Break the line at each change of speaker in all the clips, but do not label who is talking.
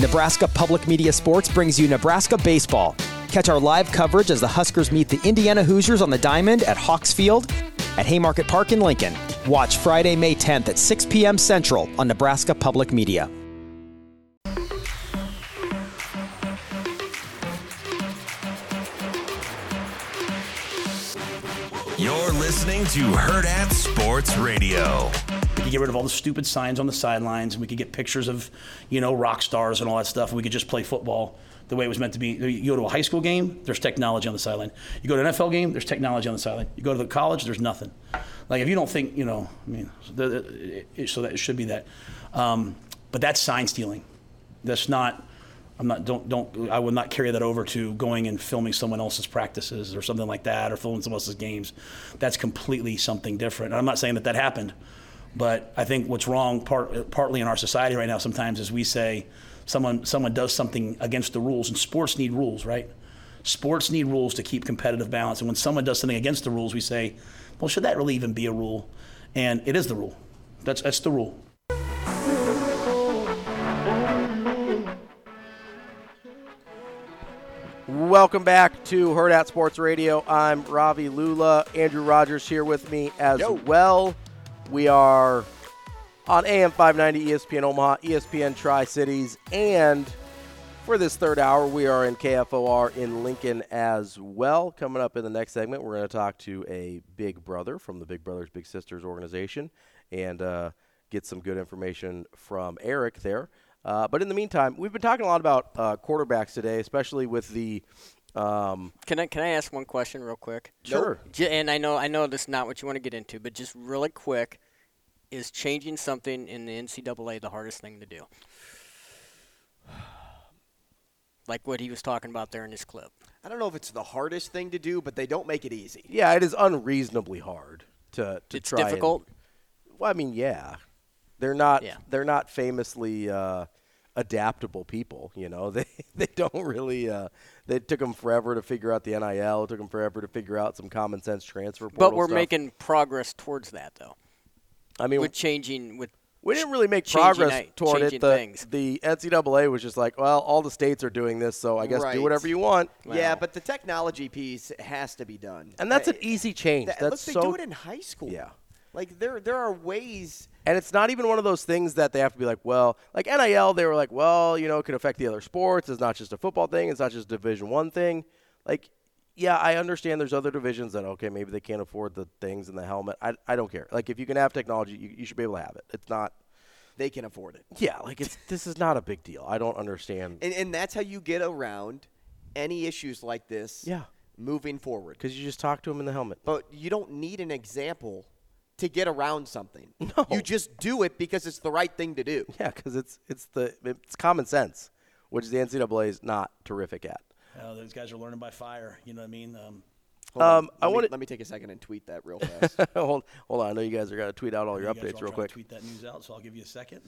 Nebraska Public Media Sports brings you Nebraska Baseball. Catch our live coverage as the Huskers meet the Indiana Hoosiers on the Diamond at Hawks Field at Haymarket Park in Lincoln. Watch Friday, May 10th at 6 p.m. Central on Nebraska Public Media.
You're listening to Herd at Sports Radio.
We could get rid of all the stupid signs on the sidelines, and we could get pictures of, you know, rock stars and all that stuff. And we could just play football the way it was meant to be. You go to a high school game, there's technology on the sideline. You go to an NFL game, there's technology on the sideline. You go to the college, there's nothing. Like if you don't think, you know, I mean, so the- it- so that it should be that. Um, but that's sign stealing. That's not. I'm not. Don't don't. I would not carry that over to going and filming someone else's practices or something like that, or filming someone else's games. That's completely something different. And I'm not saying that that happened, but I think what's wrong part, partly in our society right now sometimes is we say someone someone does something against the rules, and sports need rules, right? Sports need rules to keep competitive balance. And when someone does something against the rules, we say, well, should that really even be a rule? And it is the rule. That's that's the rule.
Welcome back to Herd at Sports Radio. I'm Ravi Lula. Andrew Rogers here with me as well. We are on AM 590 ESPN Omaha, E ESPN Tri Cities, and for this third hour, we are in KFOR in Lincoln as well. Coming up in the next segment, we're going to talk to a big brother from the Big Brothers Big Sisters organization and uh, get some good information from Eric there. Uh, but in the meantime, we've been talking a lot about uh, quarterbacks today, especially with the. Um,
Can I can I ask one question real quick?
Sure.
J- and I know I know this is not what you want to get into, but just really quick, is changing something in the NCAA the hardest thing to do? Like what he was talking about there in this clip.
I don't know if it's the hardest thing to do, but they don't make it easy.
yeah, it is unreasonably hard to, to
it's
try. and-
difficult.
Well, I mean, yeah, they're not
Yeah.
they're not famously uh, adaptable people. You know, they they don't really. Uh, they took them forever to figure out the NIL. It took them forever to figure out some common sense transfer. Portal
but we're
stuff.
making progress towards that though.
I mean,
with changing with
we didn't really make
changing
progress
night-
toward
changing
it. The,
things.
the NCAA was just like, well, all the states are doing this, so I guess
Right.
do whatever you want.
Yeah,
Wow.
but the technology piece has to be done,
And that's
Uh,
an easy change.
that-
that's
look, they
so
do it in high school.
Yeah.
like there there are ways.
And it's not even one of those things that they have to be like, well, like NIL, they were like, well, you know, it could affect the other sports. It's not just a football thing. It's not just a Division One thing. Like, yeah, I understand there's other divisions that okay, maybe they can't afford the things and the helmet. I, I don't care. Like, if you can have technology, you, you should be able to have it. It's not.
They can afford it,
Yeah, like it's this is not a big deal. I don't understand
and and that's how you get around any issues like this.
Yeah.
moving forward.
because you just talk to him in the helmet.
but you don't need an example to get around something. No. You just do it because it's the right thing to do.
Yeah, because it's it's the it's common sense, which the NCAA is not terrific at.
Uh, those guys are learning by fire. You know what I mean? Um,
Hold on.
Um, I
Let me-
wanted-
let me take a second and tweet that real fast.
hold hold on, I know you guys are gonna tweet out all your
you guys are
updates
all trying
real
to
quick.
Tweet that news out, so I'll give you a second.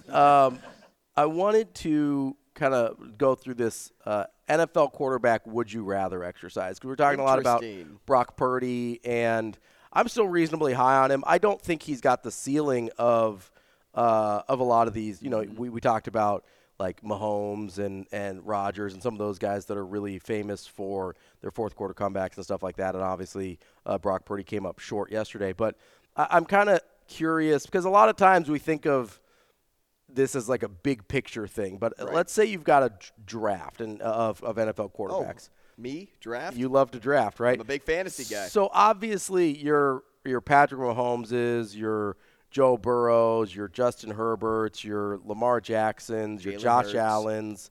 I wanted to kind of go through this uh, NFL quarterback would you rather exercise because we're talking a lot about
Interesting.
Brock Purdy, and I'm still reasonably high on him. I don't think he's got the ceiling of uh, of a lot of these. You know, we, we talked about like Mahomes and and Rodgers and some of those guys that are really famous for their fourth quarter comebacks and stuff like that. And obviously, uh, Brock Purdy came up short yesterday, but I, I'm kind of curious because a lot of times we think of this is like a big picture thing, but uh, let's say you've got a d- draft and uh, of, of NFL quarterbacks.
me Oh, draft.
You love to draft, right?
I'm a big fantasy guy.
So obviously, your your Patrick Mahomes is your Joe Burrows, your Justin Herberts, your Lamar Jacksons, your
Jalen
Josh
Hurts.
Allen's,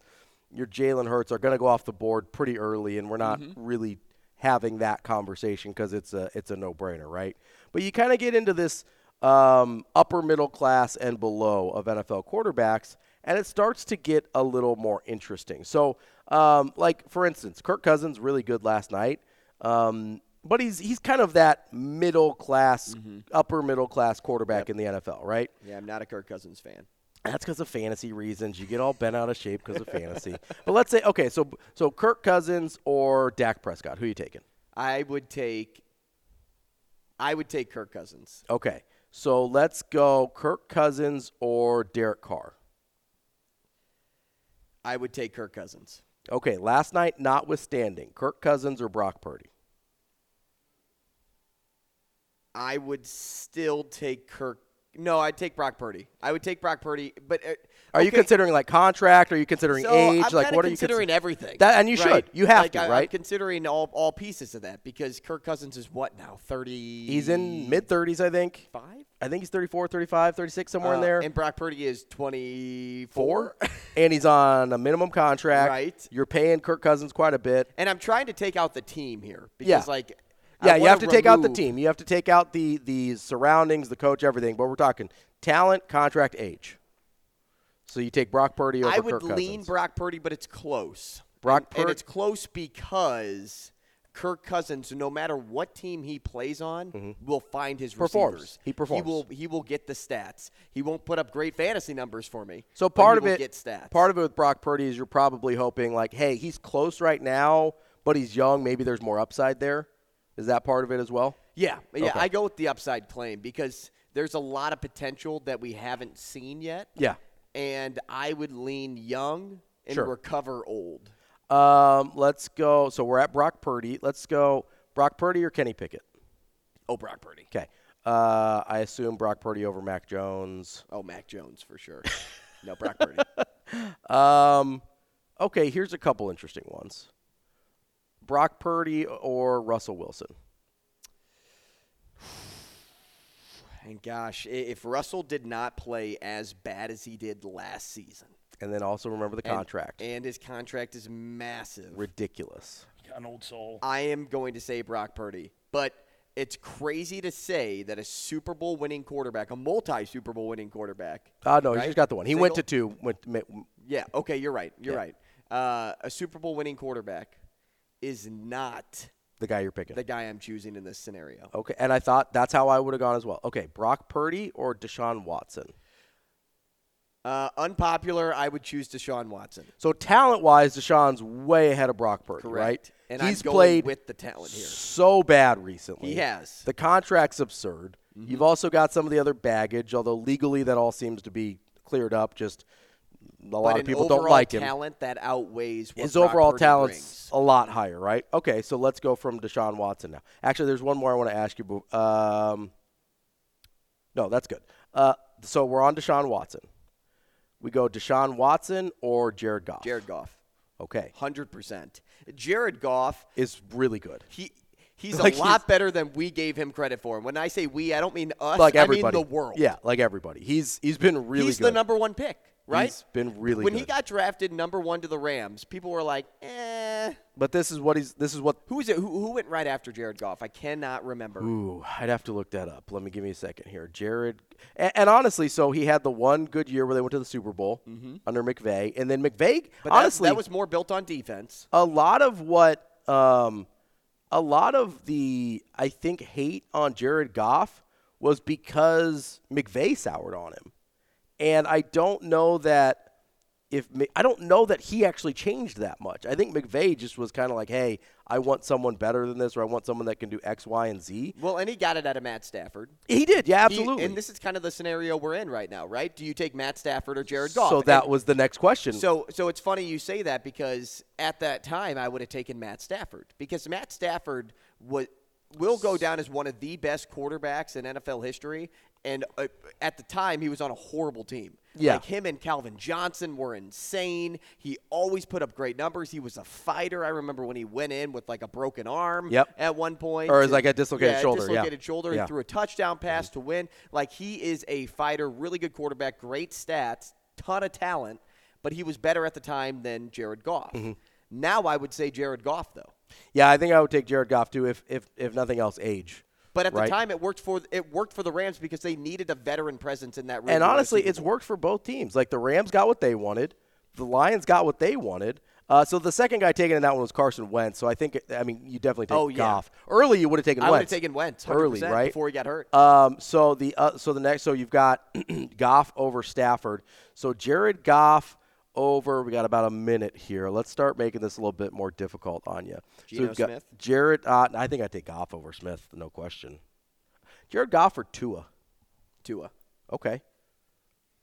your Jalen Hurts are going to go off the board pretty early, and we're not
Mm-hmm.
really having that conversation because it's a it's a no brainer, right? But you kind of get into this um, upper middle class and below of NFL quarterbacks, and it starts to get a little more interesting. So, um, like for instance, Kirk Cousins really good last night. Um, but he's he's kind of that middle class,
Mm-hmm.
upper middle class quarterback in the NFL, right?
yeah, I'm not a Kirk Cousins fan.
That's because of fantasy reasons. You get all bent out of shape because of fantasy. But let's say okay, so so Kirk Cousins or Dak Prescott, who you taking?
I would take. I would take Kirk Cousins.
Okay, so let's go Kirk Cousins or Derek Carr.
I would take Kirk Cousins.
Okay, last night notwithstanding, Kirk Cousins or Brock Purdy?
I would still take Kirk. No, I'd take Brock Purdy. I would take Brock Purdy. But uh,
Are you
okay,
considering like contract? Are you considering
so
age? like
I'm kinda
what are you
considering?
consi-
everything.
That, and you
right?
should. You have
Like,
to,
I, I'm
right?
considering all all pieces of that because Kirk Cousins is what now? Thirty.
he's in mid 30s, I think.
five. Uh,
I think he's 34, 35, 36 somewhere in there.
And Brock Purdy is twenty
four,
four.
and he's on a minimum contract.
Right.
You're paying Kirk Cousins quite a bit.
and I'm trying to take out the team here because
Yeah.
like. I
Yeah, you
wanna
have to take out the
remove-
team. You have to take out the the surroundings, the coach, everything. But we're talking talent, contract, age. So you take Brock Purdy over
I would
Kirk Cousins.
lean Brock Purdy, but it's close.
Brock
and, and
Purdy-
it's close because Kirk Cousins, no matter what team he plays on, will find his
Mm-hmm. Performs.
receivers.
He performs.
He will. He will get the stats. He won't put up great fantasy numbers for me.
So
but he
part of
will
it,
get stats.
part of it with Brock Purdy is you're probably hoping like, hey, he's close right now, but he's young. Maybe there's more upside there. Is that part of it as well?
yeah, yeah.
Okay.
I go with the upside claim because there's a lot of potential that we haven't seen yet.
Yeah.
and I would lean young and
Sure.
recover old.
Um, let's go. So we're at Brock Purdy. Let's go Brock Purdy or Kenny Pickett.
Oh, Brock Purdy.
Okay. Uh, I assume Brock Purdy over Mac Jones.
Oh, Mac Jones for sure. no, Brock Purdy.
Um, okay, here's a couple interesting ones. Brock Purdy or Russell Wilson?
And gosh, i- if Russell did not play as bad as he did last season,
And then also remember the
and-
contract.
and, his contract is massive,
Ridiculous.
An old soul.
I am going to say Brock Purdy. But it's crazy to say that a Super Bowl winning quarterback, a multi Super Bowl winning quarterback.
Oh, no, he's
right?
just got the one. He went to
Single-
two. Went to, ma-
Yeah, okay, you're right. You're
Yeah.
right. Uh, a Super Bowl winning quarterback is not
the guy you're picking.
the guy I'm choosing in this scenario.
okay, and I thought that's how I would have gone as well. Okay, Brock Purdy or Deshaun Watson?
Uh, unpopular, I would choose Deshaun Watson.
So talent-wise, Deshaun's way ahead of Brock Purdy,
Correct.
right?
And
he's
I'm going
played
with the talent here.
so bad recently.
He has. Mm-hmm.
The contract's absurd. You've also got some of the other baggage, although legally that all seems to be cleared up. Just a lot
but
of
an
people
overall
don't like him.
talent that outweighs what
His
Brock
overall
Purdy
talent's
brings.
a lot higher, right? Okay, so let's go from Deshaun Watson now. Actually, there's one more I want to ask you. but, Um, no, that's good. Uh, so we're on Deshaun Watson. We go Deshaun Watson or Jared Goff.
Jared Goff,
Okay,
hundred percent. Jared Goff,
is really good.
he he's
Like
a
he's-
lot better than we gave him credit for. And when I say we, I don't mean us.
Like
I mean
everybody,
the world.
Yeah, like everybody. He's he's been really
he's
good.
the number one pick, right?
He's been really
when he
good.
got drafted number one to the Rams, people were like, "Eh,
but this is what he's this is what
who is it? Who, who went right after Jared Goff? I cannot remember."
Ooh, I'd have to look that up. Let me give me a second here. Jared, and, and honestly, so he had the one good year where they went to the Super Bowl under McVay, and then McVay.
Mm-hmm. But that-
honestly,
that, was more built on defense.
a lot of what, um, a lot of the I think hate on Jared Goff was because McVay soured on him, and I don't know that if Mi- I don't know that he actually changed that much. I think McVay just was kind of like, hey, I want someone better than this, or I want someone that can do X, Y, and Z.
Well, and he got it out of Matt Stafford.
He did, yeah,
He-
absolutely.
and this is kind of the scenario we're in right now, right? Do you take Matt Stafford or Jared Goff?
So that
And
was the next question.
So, so it's funny you say that because at that time I would have taken Matt Stafford because Matt Stafford was will go down as one of the best quarterbacks in NFL history, and uh, at the time he was on a horrible team.
Yeah.
like him and Calvin Johnson were insane. He always put up great numbers. He was a fighter. I remember when he went in with like a broken arm.
Yep.
At one point,
Or it was like a
And-
dislocated
yeah,
shoulder, yeah.
Dislocated shoulder.
Yeah. Mm-hmm.
He threw a touchdown pass to win. Like he is a fighter, really good quarterback, great stats, ton of talent, but he was better at the time than Jared Goff.
Mm-hmm.
Now I would say Jared Goff though.
yeah, I think I would take Jared Goff too, if if if nothing else, age.
But at
Right.
the time it worked for it worked for the Rams because they needed a veteran presence in that room.
And honestly, it's worked for both teams. Like the Rams got what they wanted, the Lions got what they wanted. Uh, so the second guy taken in that one was Carson Wentz. So I think I mean you definitely take
Oh, yeah.
Goff. Early you would have taken
I would have
Wentz.
taken Wentz 100%
early, right?
before he got hurt.
Um, so the uh, so the next so you've got Goff over Stafford. So Jared Goff over. We got about a minute here. Let's start making this a little bit more difficult on you.
Geno
we've got
Smith?
Jared. Uh, I think I take Goff over Smith, no question. Jared Goff or Tua?
Tua.
Okay.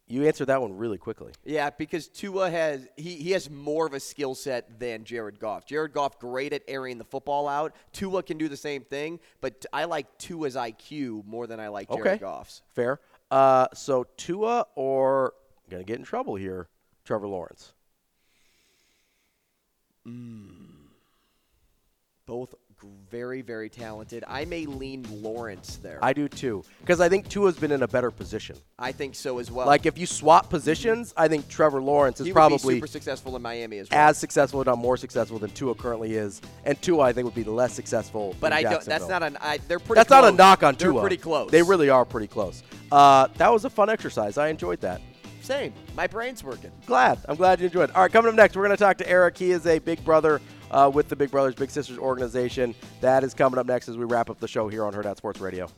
You answered that one really quickly.
Yeah, because Tua has he, he has more of a skill set than Jared Goff. Jared Goff great at airing the football out. Tua can do the same thing, but I like Tua's IQ more than I like Jared
Okay.
Goff's.
Fair. Uh, so Tua or gonna get in trouble here, Trevor Lawrence.
Both g- very very talented. I may lean Lawrence there. I,
I do too, because I think Tua's been in a better position.
think so as well.
Like if you swap positions, I think Trevor Lawrence is
he would be
probably
super successful in Miami as well.
as successful, if not more successful, than Tua currently is, and Tua I think would be less successful.
but
in
I don't. That's
Jacksonville.
not an. I, they're pretty.
That's not a
close.
knock on
They're
Tua.
pretty close.
They really are pretty close. Uh, that was a fun exercise. I enjoyed that.
same. My brain's working.
glad. I'm glad you enjoyed. it. All right, coming up next, we're going to talk to Eric. He is a big brother uh, with the Big Brothers Big Sisters organization. That is coming up next as we wrap up the show here on Herd Out Sports Radio.